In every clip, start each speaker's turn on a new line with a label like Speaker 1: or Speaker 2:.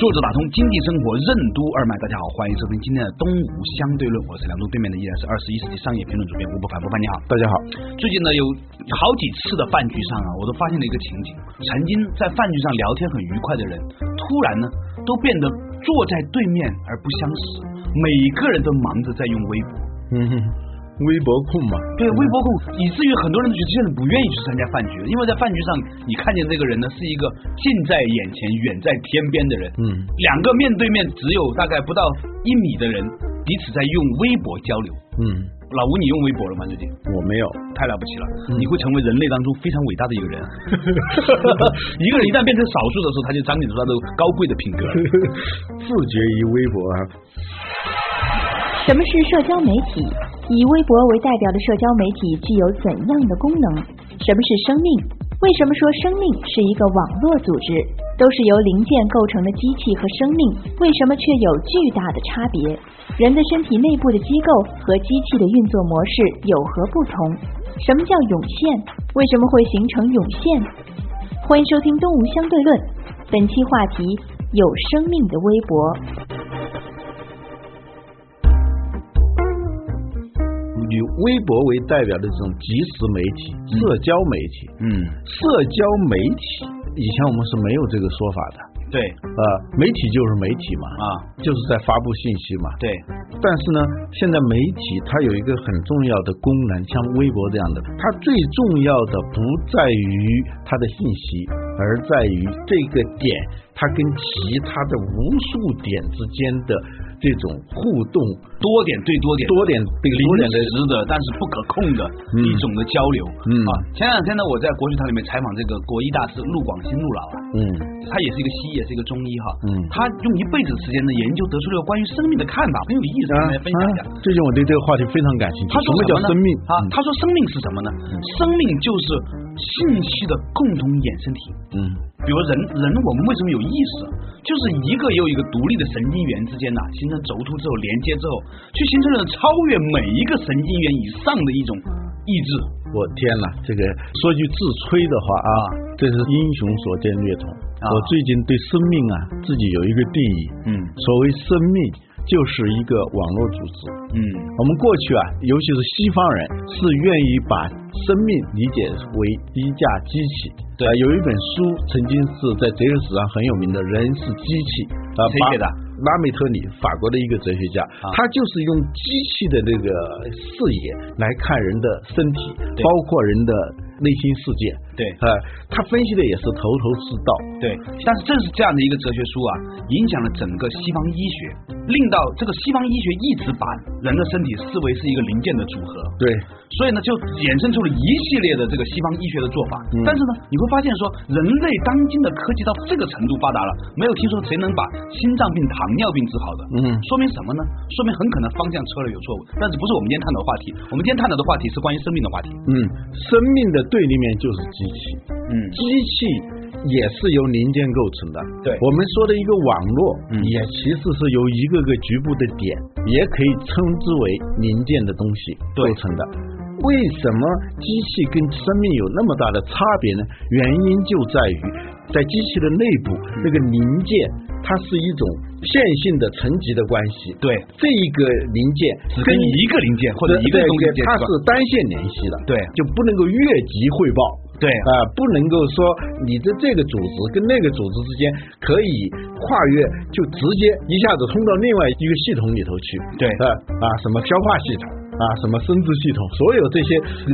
Speaker 1: 作者打通经济生活任督二脉，大家好，欢迎收听今天的《东吴相对论》，我是梁东，对面的依然是二十一世纪商业评论主编吴伯凡，伯凡你好。
Speaker 2: 大家好，
Speaker 1: 最近呢有好几次的饭局上啊，我都发现了一个情景：曾经在饭局上聊天很愉快的人，突然呢都变得坐在对面而不相识，每个人都忙着在用微博。
Speaker 2: 嗯，哼，微博控嘛，
Speaker 1: 对微博控，以至于很多人都觉得现在不愿意去参加饭局了，因为在饭局上，你看见这个人呢是一个近在眼前、远在天边的人，
Speaker 2: 嗯
Speaker 1: 两个面对面只有大概不到一米的人，彼此在用微博交流。
Speaker 2: 嗯，
Speaker 1: 老吴，你用微博了吗？最近
Speaker 2: 我没有，
Speaker 1: 太了不起了，
Speaker 2: 嗯
Speaker 1: 你会成为人类当中非常伟大的一个人。啊 一个人一旦变成少数的时候，他就彰显出他的高贵的品格了。
Speaker 2: 自觉于微博啊，
Speaker 3: 什么是社交媒体？以微博为代表的社交媒体具有怎样的功能？什么是生命？为什么说生命是一个网络组织？都是由零件构成的机器和生命，为什么却有巨大的差别？人的身体内部的机构和机器的运作模式有何不同？什么叫涌现？为什么会形成涌现？欢迎收听《东吴相对论》，本期话题：有生命的微博。
Speaker 2: 以微博为代表的这种即时媒体、社交媒体、
Speaker 1: 嗯，
Speaker 2: 社交媒体，以前我们是没有这个说法的，
Speaker 1: 对
Speaker 2: 呃，媒体就是媒体嘛，
Speaker 1: 啊，
Speaker 2: 就是在发布信息嘛。
Speaker 1: 对，
Speaker 2: 但是呢，现在媒体它有一个很重要的功能，像微博这样的，它最重要的不在于它的信息，而在于这个点它跟其他的无数点之间的这种互动，
Speaker 1: 多点对多点，
Speaker 2: 多点对
Speaker 1: 零
Speaker 2: 多点的
Speaker 1: 时的，但是不可控的
Speaker 2: 嗯
Speaker 1: 一种的交流。
Speaker 2: 嗯
Speaker 1: 啊，前两天呢，我在国学堂里面采访这个国医大师陆广新陆老啊，
Speaker 2: 嗯
Speaker 1: 他也是一个西医，也是一个中医哈。
Speaker 2: 嗯
Speaker 1: 他用一辈子的时间呢，研究得出了关于生命的看法，很有意思，跟
Speaker 2: 啊
Speaker 1: 大家分享一下。
Speaker 2: 啊！最近我对这个话题非常感兴趣。
Speaker 1: 他说
Speaker 2: 什么叫
Speaker 1: 呢
Speaker 2: 生命嗯
Speaker 1: 啊？他说生命是什么呢？生命就是信息的共同衍生体。
Speaker 2: 嗯
Speaker 1: 比如人人，我们为什么有意识？就是一个又一个独立的神经元之间呐、形成轴突之后连接之后，去形成了超越每一个神经元以上的一种意志。
Speaker 2: 我天哪，这个说句自吹的话啊，这是英雄所见略同。
Speaker 1: 啊
Speaker 2: 我最近对生命啊，自己有一个定义，
Speaker 1: 嗯
Speaker 2: 所谓生命，就是一个网络组织。
Speaker 1: 嗯
Speaker 2: 我们过去啊，尤其是西方人，是愿意把生命理解为一架机器。
Speaker 1: 对
Speaker 2: 啊有一本书曾经是在哲学史上很有名的《人是机器》啊，
Speaker 1: 谁写的
Speaker 2: 巴？拉梅特里，法国的一个哲学家，
Speaker 1: 啊
Speaker 2: 他就是用机器的这个视野来看人的身体，
Speaker 1: 对
Speaker 2: 包括人的内心世界。
Speaker 1: 对
Speaker 2: 啊，他分析的也是头头是道。
Speaker 1: 对，但是正是这样的一个哲学书啊，影响了整个西方医学，令到这个西方医学一直把人的身体视为是一个零件的组合。
Speaker 2: 对，
Speaker 1: 所以呢，就衍生出了一系列的这个西方医学的做法。
Speaker 2: 嗯
Speaker 1: 但是呢，你会发现说，人类当今的科技到这个程度发达了，没有听说谁能把心脏病、糖尿病治好的。
Speaker 2: 嗯
Speaker 1: 说明什么呢？说明很可能方向策略有错误。但是不是我们今天探讨的话题？我们今天探讨的话题是关于生命的话题。
Speaker 2: 嗯，生命的对立面就是机器。
Speaker 1: 嗯
Speaker 2: 机器也是由零件构成的。
Speaker 1: 对
Speaker 2: 我们说的一个网络，
Speaker 1: 嗯
Speaker 2: 也其实是由一个个局部的点，也可以称之为零件的东西
Speaker 1: 对
Speaker 2: 构成的。为什么机器跟生命有那么大的差别呢？原因就在于，在机器的内部，
Speaker 1: 嗯
Speaker 2: 那个零件它是一种线性的层级的关系。
Speaker 1: 对，
Speaker 2: 这一个零件
Speaker 1: 只跟一个零件或者一个
Speaker 2: 对
Speaker 1: 东西
Speaker 2: 对
Speaker 1: 接
Speaker 2: 它
Speaker 1: 触啊
Speaker 2: 是单线联系的，
Speaker 1: 对
Speaker 2: 就不能够越级汇报。
Speaker 1: 对
Speaker 2: 啊、不能够说你的这个组织跟那个组织之间可以跨越，就直接一下子通到另外一个系统里头去。
Speaker 1: 对
Speaker 2: 啊、啊，什么消化系统啊，什么生殖系统，所有这些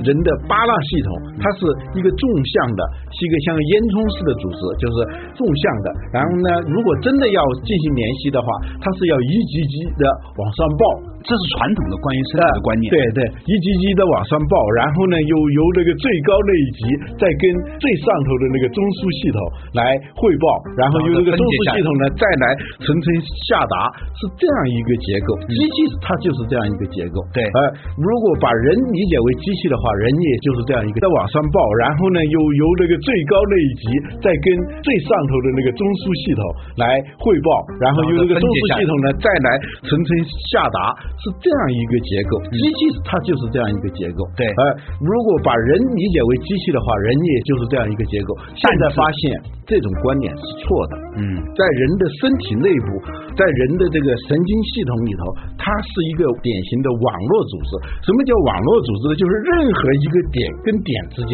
Speaker 2: 人的八大系统，它是一个纵向的是一个像烟囱式的组织，就是纵向的。然后呢，如果真的要进行联系的话，它是要一级级的往上报，
Speaker 1: 这是传统的关于生死的观念。
Speaker 2: 对对，一级级的往上报，然后呢，又由那个最高那一级再跟最上头的那个中枢系统来汇报，然后由那个中枢系统呢再来层层下达，是这样一个结构。机器它就是这样一个结构。
Speaker 1: 嗯对
Speaker 2: 呃，如果把人理解为机器的话，人也就是这样一个再往上报，然后呢，又由那个最高那一级再跟最上头的那个中枢系统来汇报，然后由那个中枢系统呢再来层层下达，是这样一个结构。机器它就是这样一个结构。
Speaker 1: 对
Speaker 2: 呃，如果把人理解为机器的话，人也就是这样一个结构。现在发现这种观点是错的。
Speaker 1: 嗯，
Speaker 2: 在人的身体内部，在人的这个神经系统里头，它是一个典型的网络组织。什么叫网络组织呢？就是任何一个点跟点之间，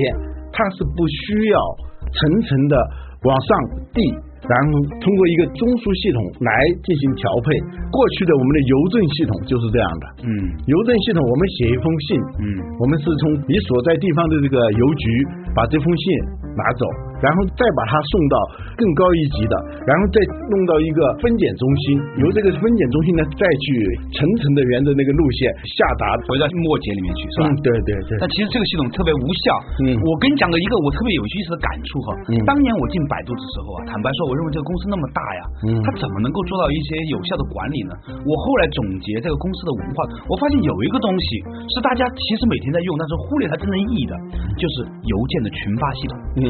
Speaker 2: 它是不需要层层的往上递。然后通过一个中枢系统来进行调配。过去的我们的邮政系统就是这样的，
Speaker 1: 嗯
Speaker 2: 邮政系统，我们写一封信，
Speaker 1: 嗯
Speaker 2: 我们是从你所在地方的这个邮局把这封信拿走，然后再把它送到更高一级的，然后再弄到一个分拣中心，由这个分拣中心呢再去层层的沿着那个路线下达，
Speaker 1: 啊回到末节里面去是吧？
Speaker 2: 嗯，对对对，
Speaker 1: 但其实这个系统特别无效。
Speaker 2: 嗯
Speaker 1: 我跟你讲个一个我特别有意思的感触哈。
Speaker 2: 嗯
Speaker 1: 当年我进百度的时候啊，坦白说，我认为这个公司那么大呀，
Speaker 2: 嗯
Speaker 1: 它怎么能够做到一些有效的管理呢？我后来总结这个公司的文化，我发现有一个东西是大家其实每天在用，但是忽略它真正意义的，就是邮件的群发系统。
Speaker 2: 嗯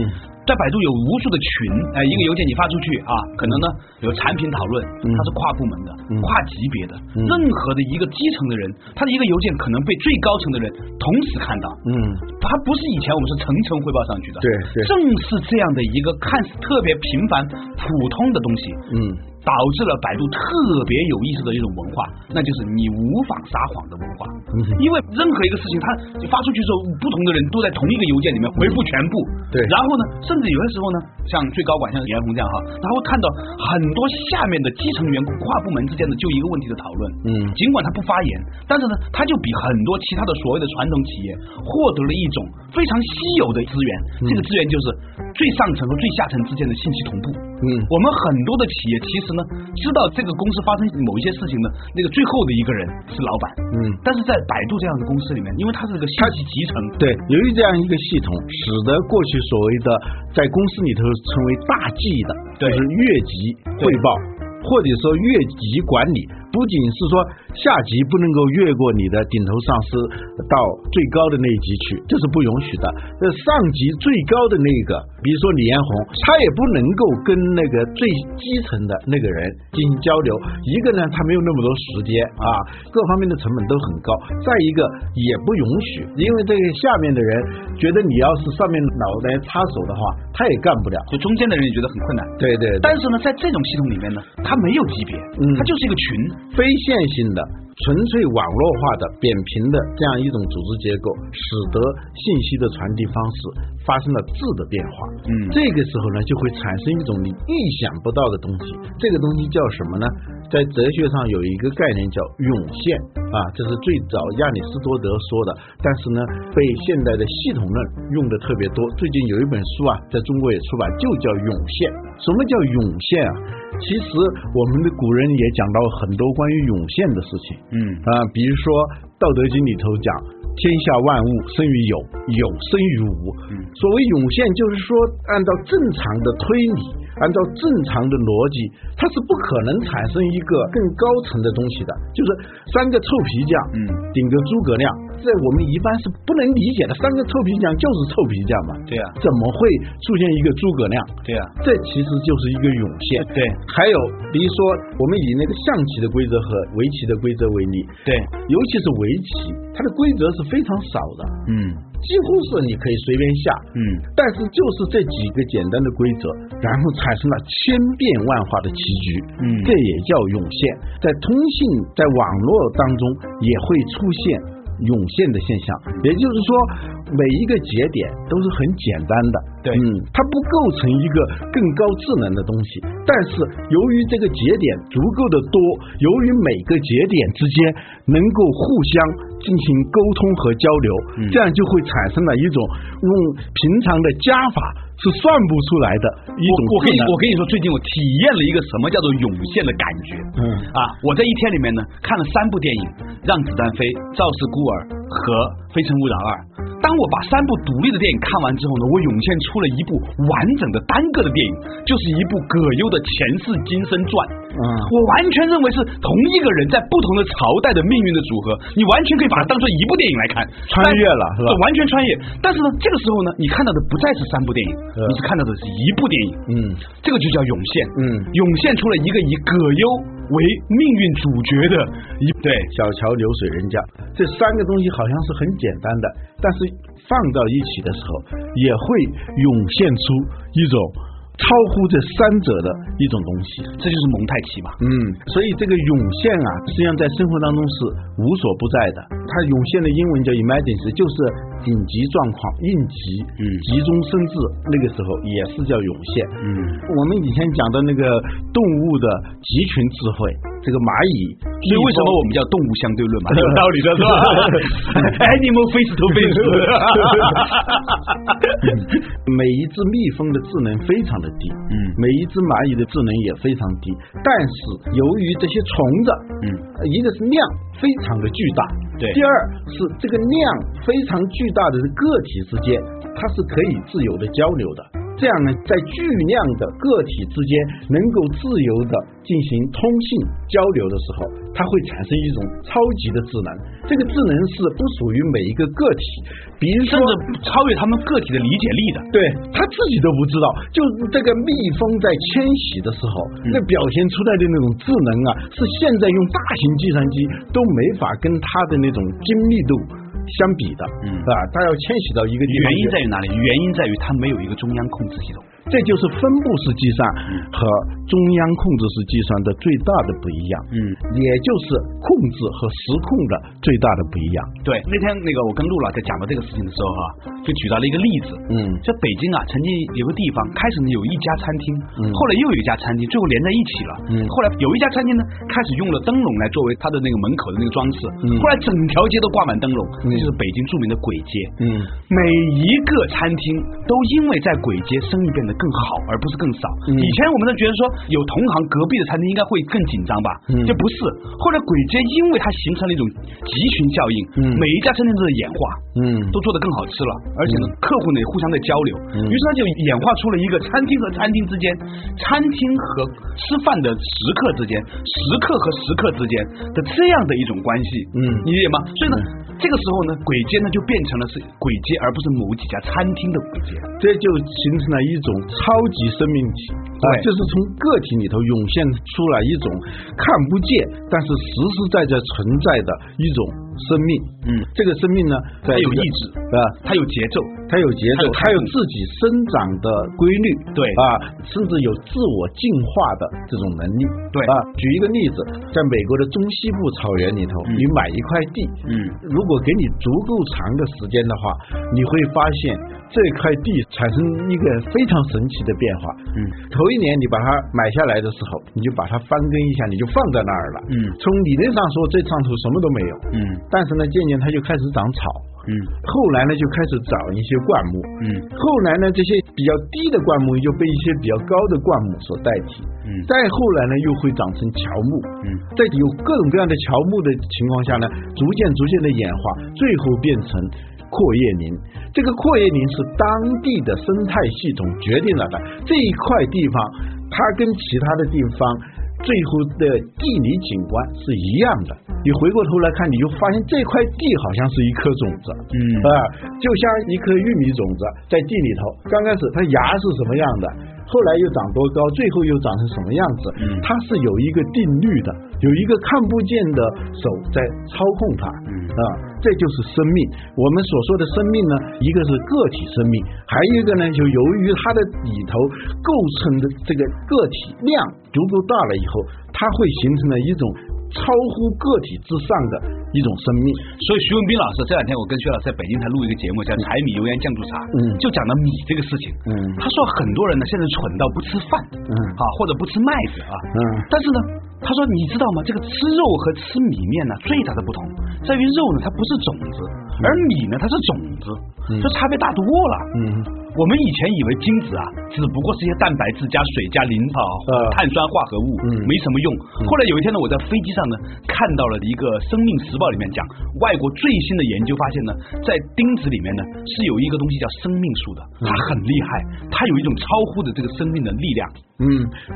Speaker 1: 在百度有无数的群，哎、一个邮件你发出去啊，可能呢有产品讨论，它是跨部门的、
Speaker 2: 嗯
Speaker 1: 跨级别的，
Speaker 2: 嗯
Speaker 1: 任何的一个基层的人，他的一个邮件可能被最高层的人同时看到，
Speaker 2: 嗯，
Speaker 1: 它不是以前我们是层层汇报上去的，
Speaker 2: 对对
Speaker 1: 正是这样的一个看似特别平凡普通的东西，
Speaker 2: 嗯，
Speaker 1: 导致了百度特别有意思的一种文化，那就是你无法撒谎的文化。
Speaker 2: 嗯
Speaker 1: 因为任何一个事情，它发出去之后，不同的人都在同一个邮件里面回复全部。
Speaker 2: 对
Speaker 1: 然后呢，甚至有些时候呢，像最高管像袁弘这样哈，他会看到很多下面的基层员工跨部门之间的就一个问题的讨论。
Speaker 2: 嗯
Speaker 1: 尽管他不发言，但是呢，他就比很多其他的所谓的传统企业获得了一种非常稀有的资源。
Speaker 2: 嗯
Speaker 1: 这个资源就是最上层和最下层之间的信息同步。
Speaker 2: 嗯
Speaker 1: 我们很多的企业其实呢，知道这个公司发生某一些事情呢，那个最后的一个人是老板。
Speaker 2: 嗯
Speaker 1: 但是在百度这样的公司里面，因为它是个信息集成，
Speaker 2: 对，由于这样一个系统，使得过去所谓的在公司里头成为大 G 的，就
Speaker 1: 对
Speaker 2: 是越级汇报，或者说越级管理，不仅是说下级不能够越过你的顶头上司到最高的那一级去，这是不允许的。那上级最高的那个，比如说李彦宏，他也不能够跟那个最基层的那个人进行交流。一个呢，他没有那么多时间啊，各方面的成本都很高；再一个也不允许，因为这个下面的人觉得你要是上面脑袋插手的话，他也干不了。
Speaker 1: 就中间的人也觉得很困难。
Speaker 2: 对对对。
Speaker 1: 但是呢，在这种系统里面呢，它没有级别，
Speaker 2: 嗯
Speaker 1: 它就是一个群。
Speaker 2: 非线性的、纯粹网络化的、扁平的这样一种组织结构，使得信息的传递方式发生了质的变化。
Speaker 1: 嗯
Speaker 2: 这个时候呢，就会产生一种你意想不到的东西。这个东西叫什么呢？在哲学上有一个概念叫涌现啊，这是最早亚里士多德说的，但是呢，被现代的系统论用的特别多。最近有一本书啊，在中国也出版，就叫《涌现》。什么叫涌现啊？其实我们的古人也讲到很多关于涌现的事情
Speaker 1: 嗯
Speaker 2: 啊、比如说《道德经》里头讲。天下万物生于有，有生于无。
Speaker 1: 嗯
Speaker 2: 所谓涌现，就是说按照正常的推理，按照正常的逻辑，它是不可能产生一个更高层的东西的。就是三个臭皮匠，
Speaker 1: 嗯
Speaker 2: 顶着诸葛亮，在我们一般是不能理解的。三个臭皮匠就是臭皮匠嘛，
Speaker 1: 对啊呀、
Speaker 2: 怎么会出现一个诸葛亮？
Speaker 1: 对啊呀、
Speaker 2: 这其实就是一个涌现。
Speaker 1: 呃对
Speaker 2: 还有比如说，我们以那个象棋的规则和围棋的规则为例，
Speaker 1: 对，
Speaker 2: 尤其是围棋，它的规则是非常少的，
Speaker 1: 嗯
Speaker 2: 几乎是你可以随便下，
Speaker 1: 嗯，
Speaker 2: 但是就是这几个简单的规则，然后产生了千变万化的棋局，
Speaker 1: 嗯
Speaker 2: 这也叫涌现。在通信在网络当中也会出现涌现的现象，也就是说，每一个节点都是很简单的。
Speaker 1: 对
Speaker 2: 嗯，它不构成一个更高智能的东西。但是由于这个节点足够的多，由于每个节点之间能够互相进行沟通和交流，
Speaker 1: 嗯
Speaker 2: 这样就会产生了一种用平常的加法是算不出来的一
Speaker 1: 我
Speaker 2: 种
Speaker 1: 我跟你
Speaker 2: 智能
Speaker 1: 我跟你说，最近我体验了一个什么叫做涌现的感觉。
Speaker 2: 嗯
Speaker 1: 啊，我在一天里面呢看了三部电影，《让子弹飞》《赵氏孤儿》和《非诚勿扰二》。当我把三部独立的电影看完之后呢，我涌现出了一部完整的单个的电影，就是一部葛优的《前世今生传》。
Speaker 2: 嗯
Speaker 1: 我完全认为是同一个人在不同的朝代的命运的组合，你完全可以把它当做一部电影来看，
Speaker 2: 穿越了是
Speaker 1: 对
Speaker 2: 吧
Speaker 1: 完全穿越。但是呢，这个时候呢，你看到的不再是三部电影，
Speaker 2: 嗯
Speaker 1: 你是看到的是一部电影。
Speaker 2: 嗯
Speaker 1: 这个就叫涌现，
Speaker 2: 嗯
Speaker 1: 涌现出了一个以葛优为命运主角的一对，
Speaker 2: 小桥流水人家这三个东西好像是很简单的，但是放到一起的时候，也会涌现出一种超乎这三者的一种东西。
Speaker 1: 这就是蒙太奇嘛。
Speaker 2: 嗯，所以这个涌现啊，实际上在生活当中是无所不在的。它涌现的英文叫 emergency，就是紧急状况、应急、
Speaker 1: 嗯
Speaker 2: 急中生智，那个时候也是叫涌现。
Speaker 1: 嗯，
Speaker 2: 我们以前讲的那个动物的集群智慧，这个蚂蚁，
Speaker 1: 所以为什么我们叫动物相对 论嘛？有道理的是吧 ？Animal face to face，
Speaker 2: 每一只蜜蜂的智能非常的低，
Speaker 1: 嗯
Speaker 2: 每一只蚂蚁的智能也非常低，但是由于这些虫子，
Speaker 1: 嗯
Speaker 2: 呃，一个是量非常的巨大，
Speaker 1: 对
Speaker 2: 第二是这个量非常巨大的个体之间，它是可以自由的交流的。这样呢，在巨量的个体之间能够自由的进行通信交流的时候，它会产生一种超级的智能。这个智能是不属于每一个个体，比如
Speaker 1: 甚
Speaker 2: 说
Speaker 1: 至超越他们个体的理解力的。
Speaker 2: 对他自己都不知道，就这个蜜蜂在迁徙的时候，
Speaker 1: 嗯
Speaker 2: 那表现出来的那种智能啊，是现在用大型计算机都没法跟它的那种精密度相比的。
Speaker 1: 嗯
Speaker 2: 啊，它要迁徙到一个地
Speaker 1: 原
Speaker 2: 方去，
Speaker 1: 因在于哪里？原因在于它没有一个中央控制系统。
Speaker 2: 这就是分布式计算
Speaker 1: 嗯
Speaker 2: 和中央控制式计算的最大的不一样。
Speaker 1: 嗯，
Speaker 2: 也就是控制和实控的最大的不一样。
Speaker 1: 对，那天那个我跟陆老在讲到这个事情的时候哈、就举到了一个例子。
Speaker 2: 嗯
Speaker 1: 在北京啊，曾经有个地方，开始呢有一家餐厅，后来又有一家餐厅，最后连在一起了。
Speaker 2: 嗯
Speaker 1: 后来有一家餐厅呢，开始用了灯笼来作为它的那个门口的那个装饰，
Speaker 2: 嗯
Speaker 1: 后来整条街都挂满灯笼，这就是北京著名的簋街。
Speaker 2: 嗯
Speaker 1: 每一个餐厅都因为在簋街生意变得更好，而不是更少。
Speaker 2: 嗯
Speaker 1: 以前我们都觉得说有同行隔壁的餐厅应该会更紧张吧，
Speaker 2: 嗯
Speaker 1: 这不是。后来簋街因为它形成了一种集群效应，
Speaker 2: 嗯
Speaker 1: 每一家餐厅都在演化，
Speaker 2: 嗯
Speaker 1: 都做得更好吃了，而且呢，客户呢也互相在交流，
Speaker 2: 嗯
Speaker 1: 于是它就演化出了一个餐厅和餐厅之间，餐厅和吃饭的食客之间，食客和食客之间的这样的一种关系，
Speaker 2: 嗯
Speaker 1: 你理解吗？所以呢，这个时候呢，鬼街呢就变成了是鬼街，而不是某几家餐厅的鬼街。
Speaker 2: 这就形成了一种超级生命体，啊，就是从个体里头涌现出来一种看不见，但是实实在在存在的一种生命。
Speaker 1: 嗯
Speaker 2: 这个生命呢，在
Speaker 1: 它有
Speaker 2: 这个
Speaker 1: 意志
Speaker 2: 啊，
Speaker 1: 它有节奏，
Speaker 2: 它有节奏，
Speaker 1: 它
Speaker 2: 它
Speaker 1: 有态度
Speaker 2: 有自己生长的规律，
Speaker 1: 对
Speaker 2: 啊，甚至有自我进化的这种能力，
Speaker 1: 对
Speaker 2: 啊。举一个例子，在美国的中西部草原里头，你买一块地，
Speaker 1: 嗯
Speaker 2: 如果给你足够长的时间的话，你会发现这块地产生一个非常神奇的变化，
Speaker 1: 嗯
Speaker 2: 头一年你把它买下来的时候，你就把它翻耕一下，你就放在那儿了，
Speaker 1: 嗯
Speaker 2: 从理论上说，这上头什么都没有，
Speaker 1: 嗯
Speaker 2: 但是呢，渐渐它就开始长草。
Speaker 1: 嗯
Speaker 2: 后来呢，就开始找一些灌木，
Speaker 1: 嗯
Speaker 2: 后来呢，这些比较低的灌木就被一些比较高的灌木所代替，
Speaker 1: 嗯
Speaker 2: 再后来呢，又会长成乔木，
Speaker 1: 嗯
Speaker 2: 在有各种各样的乔木的情况下呢，逐渐逐渐的演化，最后变成阔叶林。这个阔叶林是当地的生态系统决定了的，这一块地方它跟其他的地方。最后的地理景观是一样的，你回过头来看，你就发现这块地好像是一颗种子，
Speaker 1: 嗯
Speaker 2: 啊、就像一颗玉米种子在地里头，刚开始它芽是什么样的，后来又长多高，最后又长成什么样子，
Speaker 1: 嗯
Speaker 2: 它是有一个定律的，有一个看不见的手在操控它，
Speaker 1: 嗯
Speaker 2: 啊、这就是生命。我们所说的生命呢，一个是个体生命，还有一个呢，就由于它的里头构成的这个个体量足够大了以后，它会形成了一种超乎个体之上的一种生命。
Speaker 1: 所以徐文斌老师这两天我跟薛老师在北京台录一个节目叫《柴米油盐酱醋茶》，
Speaker 2: 嗯
Speaker 1: 就讲到米这个事情。
Speaker 2: 嗯
Speaker 1: 他说很多人呢现在蠢到不吃饭，
Speaker 2: 嗯
Speaker 1: 啊或者不吃麦子啊，
Speaker 2: 嗯
Speaker 1: 但是呢，他说你知道吗？这个吃肉和吃米面呢最大的不同在于肉呢它不是种子，而米呢它是种子，这差别大多了。
Speaker 2: 嗯。
Speaker 1: 我们以前以为精子啊，只不过是一些蛋白质加水加磷啊、
Speaker 2: 呃
Speaker 1: 碳酸化合物，
Speaker 2: 嗯
Speaker 1: 没什么用。后来有一天呢，我在飞机上呢看到了一个《生命时报》里面讲，外国最新的研究发现呢，在钉子里面呢是有一个东西叫生命树的，
Speaker 2: 嗯
Speaker 1: 它很厉害，它有一种超乎的这个生命的力量。
Speaker 2: 嗯，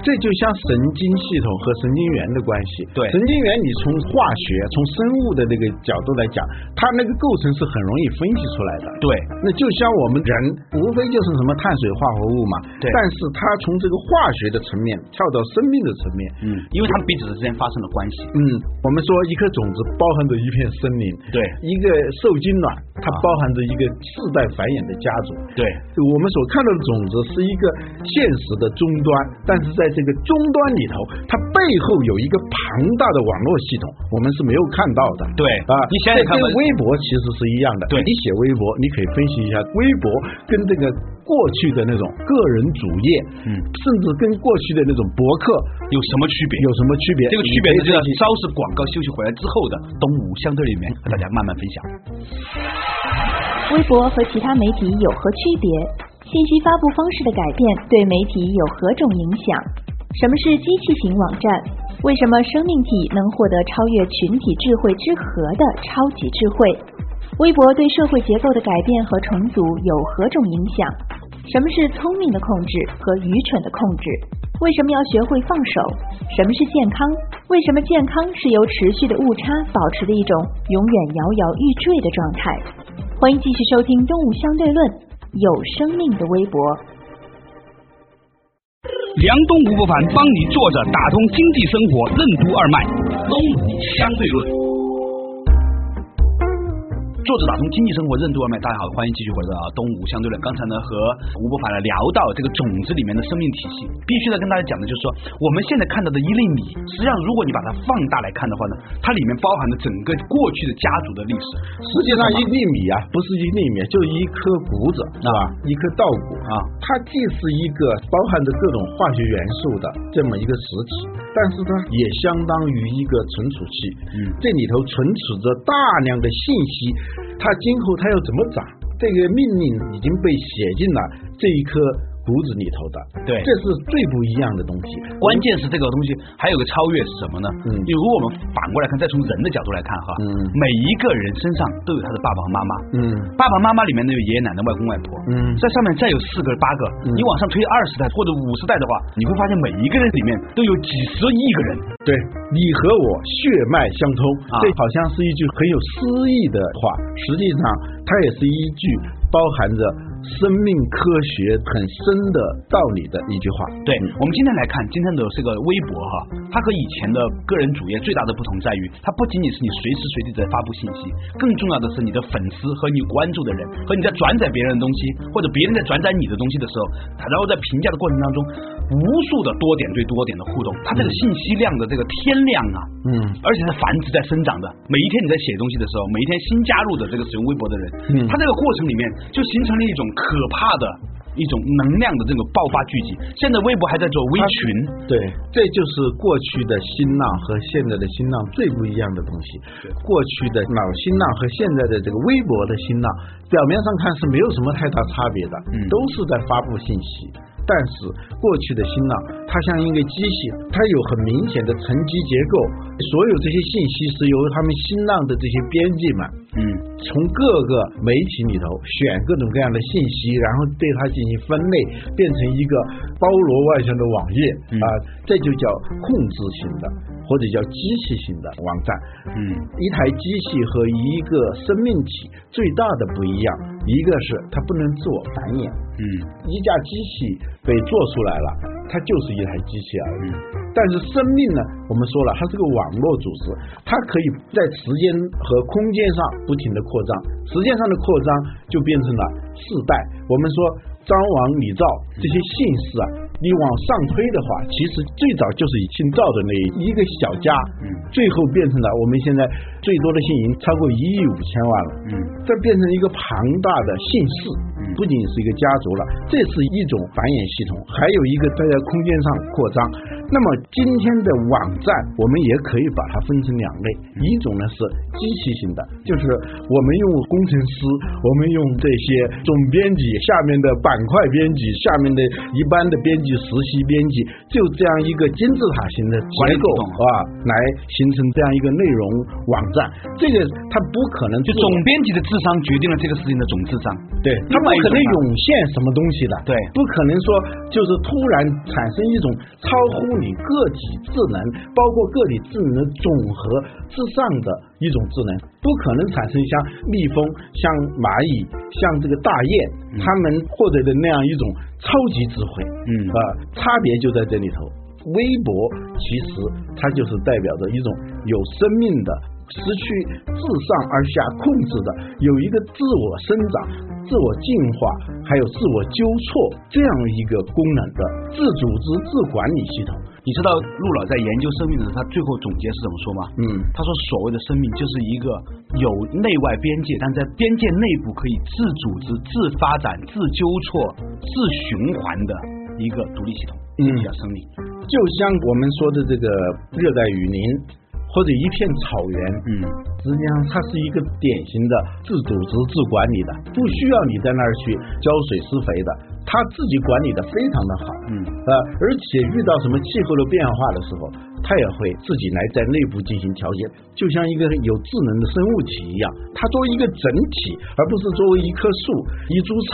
Speaker 2: 这就像神经系统和神经元的关系。
Speaker 1: 对
Speaker 2: 神经元你从化学、从生物的那个角度来讲，它那个构成是很容易分析出来的。
Speaker 1: 对，
Speaker 2: 那就像我们人，无非就是什么碳水化合物嘛。
Speaker 1: 对
Speaker 2: 但是它从这个化学的层面跳到生命的层面。
Speaker 1: 嗯，因为它们彼此之间发生了关系。
Speaker 2: 嗯，我们说一颗种子包含着一片森林，
Speaker 1: 对
Speaker 2: 一个受精卵，它包含着一个世代繁衍的家族。
Speaker 1: 对，
Speaker 2: 我们所看到的种子是一个现实的终端，但是在这个终端里头，它背后有一个庞大的网络系统，我们是没有看到的。
Speaker 1: 对
Speaker 2: 啊，
Speaker 1: 你想想看
Speaker 2: 这
Speaker 1: 吧
Speaker 2: 跟微博其实是一样的。
Speaker 1: 对
Speaker 2: 你写微博，你可以分析一下微博跟这个过去的那种个人主页，
Speaker 1: 嗯
Speaker 2: 甚至跟过去的那种博客
Speaker 1: 有什么区别？
Speaker 2: 有什么区别？
Speaker 1: 这个区别
Speaker 2: 你
Speaker 1: 呢
Speaker 2: 可
Speaker 1: 就
Speaker 2: 以
Speaker 1: 要
Speaker 2: 分析
Speaker 1: 稍事广告休息回来之后的东吴相对
Speaker 2: 嗯
Speaker 1: 里面和大家慢慢分享。
Speaker 3: 微博和其他媒体有何区别？信息发布方式的改变对媒体有何种影响？什么是机器型网站？为什么生命体能获得超越群体智慧之河的超级智慧？微博对社会结构的改变和重组有何种影响？什么是聪明的控制和愚蠢的控制？为什么要学会放手？什么是健康？为什么健康是由持续的误差保持的一种永远摇摇欲坠的状态？欢迎继续收听《东吴相对论》，有生命的微博。
Speaker 4: 梁东吴不凡帮你坐着打通经济生活任督二脉，东吴相对论。
Speaker 1: 作者打通经济生活任督二脉，大家好，欢迎继续回到东吴相对论。刚才呢和吴伯凡呢聊到这个种子里面的生命体系，必须呢跟大家讲的就是说，我们现在看到的一粒米，实际上如果你把它放大来看的话呢，它里面包含了整个过去的家族的历史。
Speaker 2: 实际上一粒米啊，不是一粒米，就一颗谷子，是吧？一颗稻谷
Speaker 1: 啊
Speaker 2: 它既是一个包含着各种化学元素的这么一个实体，但是它也相当于一个存储器。
Speaker 1: 嗯
Speaker 2: 这里头存储着大量的信息，它今后它要怎么长，这个命令已经被写进了这一颗谷子里头的。
Speaker 1: 对
Speaker 2: 这是最不一样的东西。
Speaker 1: 关键是这个东西还有个超越是什么呢？
Speaker 2: 嗯
Speaker 1: 因为如果我们反过来看，再从人的角度来看哈，
Speaker 2: 嗯
Speaker 1: 每一个人身上都有他的爸爸和妈妈，
Speaker 2: 嗯
Speaker 1: 爸爸妈妈里面呢有爷爷奶奶、外公外婆，
Speaker 2: 嗯
Speaker 1: 在上面再有四个、八个，
Speaker 2: 嗯
Speaker 1: 你往上推二十代或者五十代的话，你会发现每一个人里面都有几十亿个人。
Speaker 2: 对你和我血脉相通，
Speaker 1: 啊
Speaker 2: 这好像是一句很有诗意的话，实际上它也是一句包含着生命科学很深的道理的一句话。
Speaker 1: 对，我们今天来看今天的这个微博哈，它和以前的个人主页最大的不同在于，它不仅仅是你随时随地在发布信息，更重要的是你的粉丝和你关注的人，和你在转载别人的东西，或者别人在转载你的东西的时候，然后在评价的过程当中，无数的多点对多点的互动，它这个信息量的这个天量啊，
Speaker 2: 嗯
Speaker 1: 而且是繁殖在生长的。每一天你在写东西的时候，每一天新加入的这个使用微博的人，
Speaker 2: 嗯
Speaker 1: 他这个过程里面就形成了一种可怕的一种能量的这个爆发聚集。现在微博还在做微群，
Speaker 2: 对，这就是过去的新浪和现在的新浪最不一样的东西。过去的老新浪和现在的这个微博的新浪，表面上看是没有什么太大差别的，
Speaker 1: 嗯
Speaker 2: 都是在发布信息。但是过去的新浪，它像一个机器，它有很明显的层级结构，所有这些信息是由他们新浪的这些编辑们
Speaker 1: 嗯，
Speaker 2: 从各个媒体里头选各种各样的信息，然后对它进行分类，变成一个包罗万象的网页
Speaker 1: 嗯
Speaker 2: 啊、这就叫控制型的，或者叫机器型的网站。
Speaker 1: 嗯，
Speaker 2: 一台机器和一个生命体最大的不一样，一个是它不能自我繁衍，
Speaker 1: 嗯，
Speaker 2: 一架机器被做出来了，它就是一台机器而已。但是生命呢，我们说了，它是个网络组织，它可以在时间和空间上不停的扩张，时间上的扩张就变成了世代。我们说张王李赵这些姓氏啊，你往上推的话，其实最早就是以姓赵的那一个小家
Speaker 1: 嗯
Speaker 2: 去最后变成了我们现在最多的信银超过一亿五千万了。
Speaker 1: 嗯
Speaker 2: 这变成一个庞大的姓氏
Speaker 1: 嗯，
Speaker 2: 不仅是一个家族了，这是一种繁衍系统，还有一个它在空间上扩张。那么今天的网站，我们也可以把它分成两类，
Speaker 1: 嗯
Speaker 2: 一种呢是机器型的，就是我们用工程师，我们用这些总编辑下面的板块编辑下面的一般的编辑实习编辑，就这样一个金字塔型的结
Speaker 1: 管理
Speaker 2: 构
Speaker 1: 系统
Speaker 2: 啊，来形成这样一个内容网站。这个它不可能
Speaker 1: 就
Speaker 2: 做
Speaker 1: 总编辑的智商决定了这个事情的总智商。
Speaker 2: 对，他
Speaker 1: 另
Speaker 2: 不
Speaker 1: 外一
Speaker 2: 可
Speaker 1: 种
Speaker 2: 能
Speaker 1: 呢
Speaker 2: 涌现什么东西的，
Speaker 1: 对
Speaker 2: 不可能说就是突然产生一种超乎你个体智能，包括个体智能的总和之上的一种智能，不可能产生像蜜蜂、像蚂蚁、像这个大雁，他们获得的那样一种超级智慧，
Speaker 1: 嗯
Speaker 2: 啊、差别就在这里头。微博其实它就是代表着一种有生命的、失去自上而下控制的，有一个自我生长、自我进化，还有自我纠错这样一个功能的自组织、自管理系统。
Speaker 1: 你知道陆老在研究生命的时候，他最后总结是怎么说吗？
Speaker 2: 嗯
Speaker 1: 他说所谓的生命就是一个有内外边界，但在边界内部可以自组织、自发展、自纠错、自循环的一个独立系统，这就叫生命。
Speaker 2: 就像我们说的这个热带雨林或者一片草原，
Speaker 1: 嗯
Speaker 2: 实际上它是一个典型的自组织、自管理的，不需要你在那儿去浇水施肥的，它自己管理的非常的好。
Speaker 1: 嗯
Speaker 2: 呃，而且遇到什么气候的变化的时候，它也会自己来在内部进行调节，就像一个有智能的生物体一样，它作为一个整体，而不是作为一棵树、一株草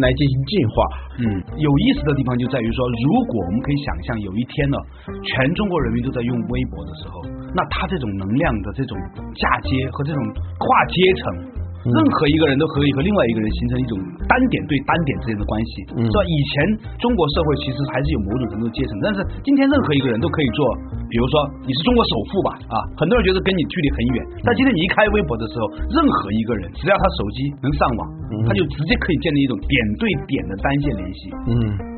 Speaker 2: 来进行进化。
Speaker 1: 嗯，有意思的地方就在于说，如果我们可以想象有一天呢，全中国人民都在用微博的时候，那他这种能量的这种嫁接和这种跨阶层。任何一个人都可以和另外一个人形成一种单点对单点之间的关系，
Speaker 2: 嗯
Speaker 1: 是吧？以前中国社会其实还是有某种程度的阶层，但是今天任何一个人都可以做，比如说你是中国首富吧，啊，很多人觉得跟你距离很远，但今天你一开微博的时候，任何一个人只要他手机能上网，他就直接可以建立一种点对点的单线联系，
Speaker 2: 嗯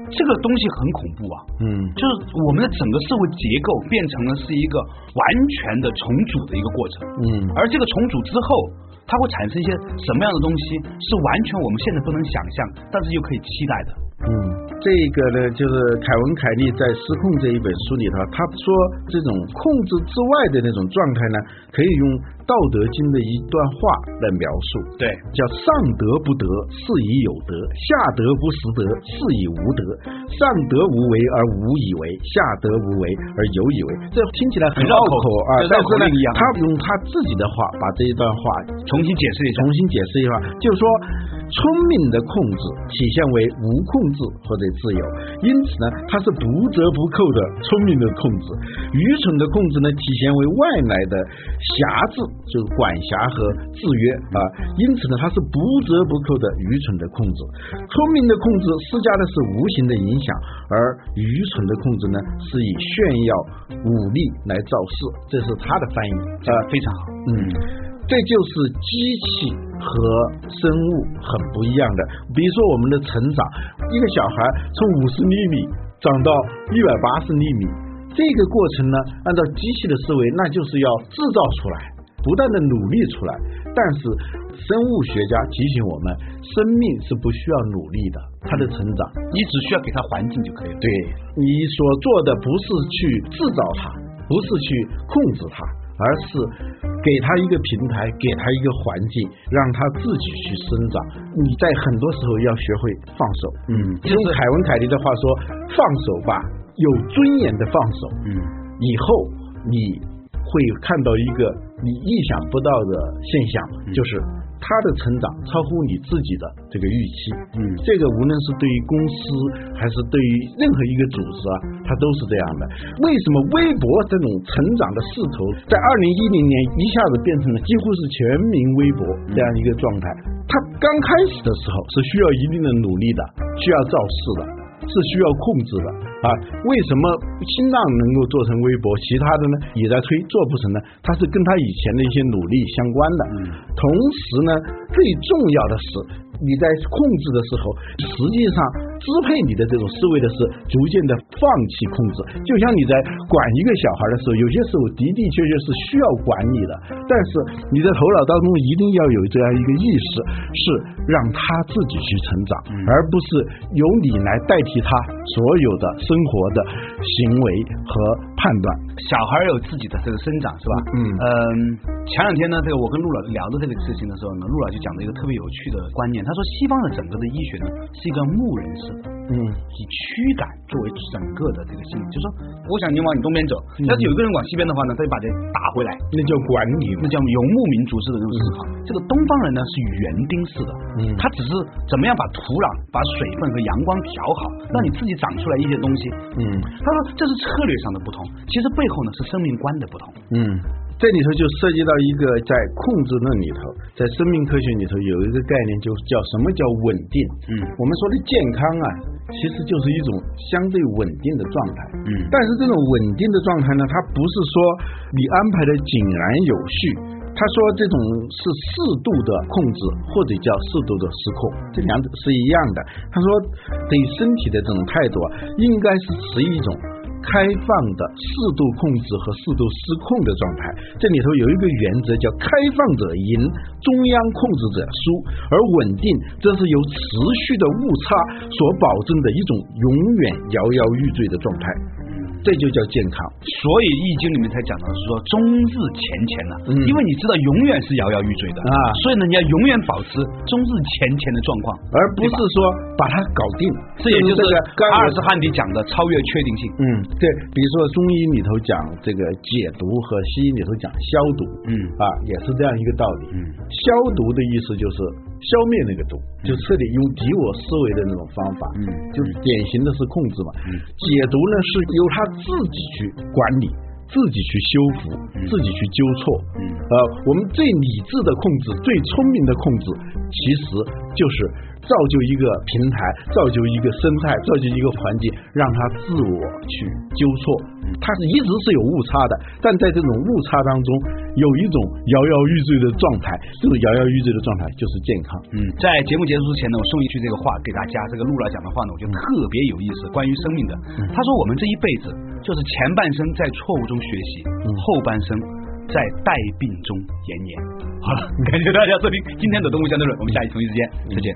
Speaker 1: 这个东西很恐怖啊。
Speaker 2: 嗯
Speaker 1: 就是我们的整个社会结构变成了是一个完全的重组的一个过程，
Speaker 2: 嗯
Speaker 1: 而这个重组之后，它会产生一些什么样的东西，是完全我们现在不能想象，但是又可以期待的。
Speaker 2: 嗯，这个呢，就是凯文凯利在《失控》这一本书里头，他说这种控制之外的那种状态呢，可以用《道德经》的一段话来描述。
Speaker 1: 对，
Speaker 2: 叫上德不德，是以有德；下德不识德，是以无德。上德无为而无以为，下德无为而有以为。这听起来很
Speaker 1: 绕
Speaker 2: 绕
Speaker 1: 口
Speaker 2: 口啊
Speaker 1: 就，
Speaker 2: 但
Speaker 1: 绕
Speaker 2: 是
Speaker 1: 口
Speaker 2: 呢
Speaker 1: 令一样，
Speaker 2: 他用他自己的话把这一段话
Speaker 1: 重新解释一下
Speaker 2: 重，新解释一下，就是说，聪明的控制体现为无控制或者自由，因此呢，它是不折不扣的聪明的控制；愚蠢的控制呢，体现为外来的辖制，就是管辖和制约啊。
Speaker 1: 嗯
Speaker 2: 因此呢，它是不折不扣的愚蠢的控制。聪明的控制施加的是无形的影响，而愚蠢的控制呢，是以炫耀、武力来造势，这是他的翻译啊。
Speaker 1: 非常好。
Speaker 2: 嗯，这就是机器和生物很不一样的。比如说我们的成长，一个小孩从五十厘米长到一百八十厘米，这个过程呢，按照机器的思维，那就是要制造出来，不断的努力出来。但是生物学家提醒我们，生命是不需要努力的，它的成长
Speaker 1: 你只需要给它环境就可以了。
Speaker 2: 对你所做的不是去制造它，不是去控制它，而是给它一个平台，给它一个环境，让它自己去生长。你在很多时候要学会放手。嗯，用凯文凯利的话说，放手吧，有尊严的放手。
Speaker 1: 嗯，
Speaker 2: 以后你会看到一个你意想不到的现象，就是他的成长超乎你自己的这个预期。
Speaker 1: 嗯
Speaker 2: 这个无论是对于公司还是对于任何一个组织啊，它都是这样的。为什么微博这种成长的势头，在二零一零年一下子变成了几乎是全民微博这样一个状态？它刚开始的时候是需要一定的努力的，需要造势的，是需要控制的。啊，为什么新浪能够做成微博，其他的呢也在推，做不成呢？它是跟他以前的一些努力相关的。同时呢，最重要的是你在控制的时候，实际上支配你的这种思维的是逐渐的放弃控制。就像你在管一个小孩的时候，有些时候的的确确是需要管你的，但是你的头脑当中一定要有这样一个意识，是让他自己去成长，而不是由你来代替他所有的生活的行为和判断。
Speaker 1: 小孩儿有自己的这个生长是吧？
Speaker 2: 嗯
Speaker 1: 嗯，前两天呢，这个我跟陆老聊的这个事情的时候呢，陆老就讲了一个特别有趣的观念，他说西方的整个的医学呢是一个牧人式的，
Speaker 2: 嗯，
Speaker 1: 以驱赶作为整个的这个心理，就说我想你往你东边走，要是有一个人往西边的话呢，他就把这打回来，
Speaker 2: 那叫管理嘛
Speaker 1: 那叫游牧民族式的这种思考。这个东方人呢是园丁式的，
Speaker 2: 嗯
Speaker 1: 他只是怎么样把土壤、把水分和阳光调好，让你自己长出来一些东西。
Speaker 2: 嗯
Speaker 1: 他说这是策略上的不同，其实背后呢是生命观的不同。
Speaker 2: 嗯，这里头就涉及到一个在控制论里头，在生命科学里头有一个概念，就叫什么叫稳定。
Speaker 1: 嗯
Speaker 2: 我们说的健康啊，其实就是一种相对稳定的状态。
Speaker 1: 嗯
Speaker 2: 但是这种稳定的状态呢，它不是说你安排的井然有序。他说这种是适度的控制，或者叫适度的失控，这两者是一样的。他说对身体的这种态度啊，应该是持一种开放的适度控制和适度失控的状态。这里头有一个原则叫开放者赢，中央控制者输，而稳定这是由持续的误差所保证的一种永远摇摇欲坠的状态。这就叫健康。
Speaker 1: 所以《易经》里面才讲到是说终日乾乾呐，
Speaker 2: 嗯
Speaker 1: 因为你知道永远是摇摇欲坠的
Speaker 2: 啊
Speaker 1: 所以呢你要永远保持终日乾乾的状况，
Speaker 2: 而不是说把它搞定，
Speaker 1: 这也就是
Speaker 2: 这个刚
Speaker 1: 阿尔兹汉迪讲的超越确定性。
Speaker 2: 嗯，对，比如说中医里头讲这个解毒和西医里头讲消毒，
Speaker 1: 嗯
Speaker 2: 啊，也是这样一个道
Speaker 1: 嗯
Speaker 2: 理。消毒的意思就是消灭那个毒，就彻底用敌我思维的那种方法，
Speaker 1: 嗯
Speaker 2: 就典型的是控制嘛。解毒呢是由他自己去管理。自己去修复，自己去纠错。
Speaker 1: 嗯
Speaker 2: 呃，我们最理智的控制，最聪明的控制，其实就是造就一个平台，造就一个生态，造就一个环境，让它自我去纠错。它是一直是有误差的，但在这种误差当中，有一种摇摇欲坠的状态，这种摇摇欲坠的状态就是健康。
Speaker 1: 嗯，在节目结束之前呢，我送一句这个话给大家。这个陆老讲的话呢，我觉得特别有意思，关于生命的。他说我们这一辈子就是前半生在错误中学习，后半生在带病中延年。好了，感谢大家收听今天的《动物相对论》，我们下一同一时间再见。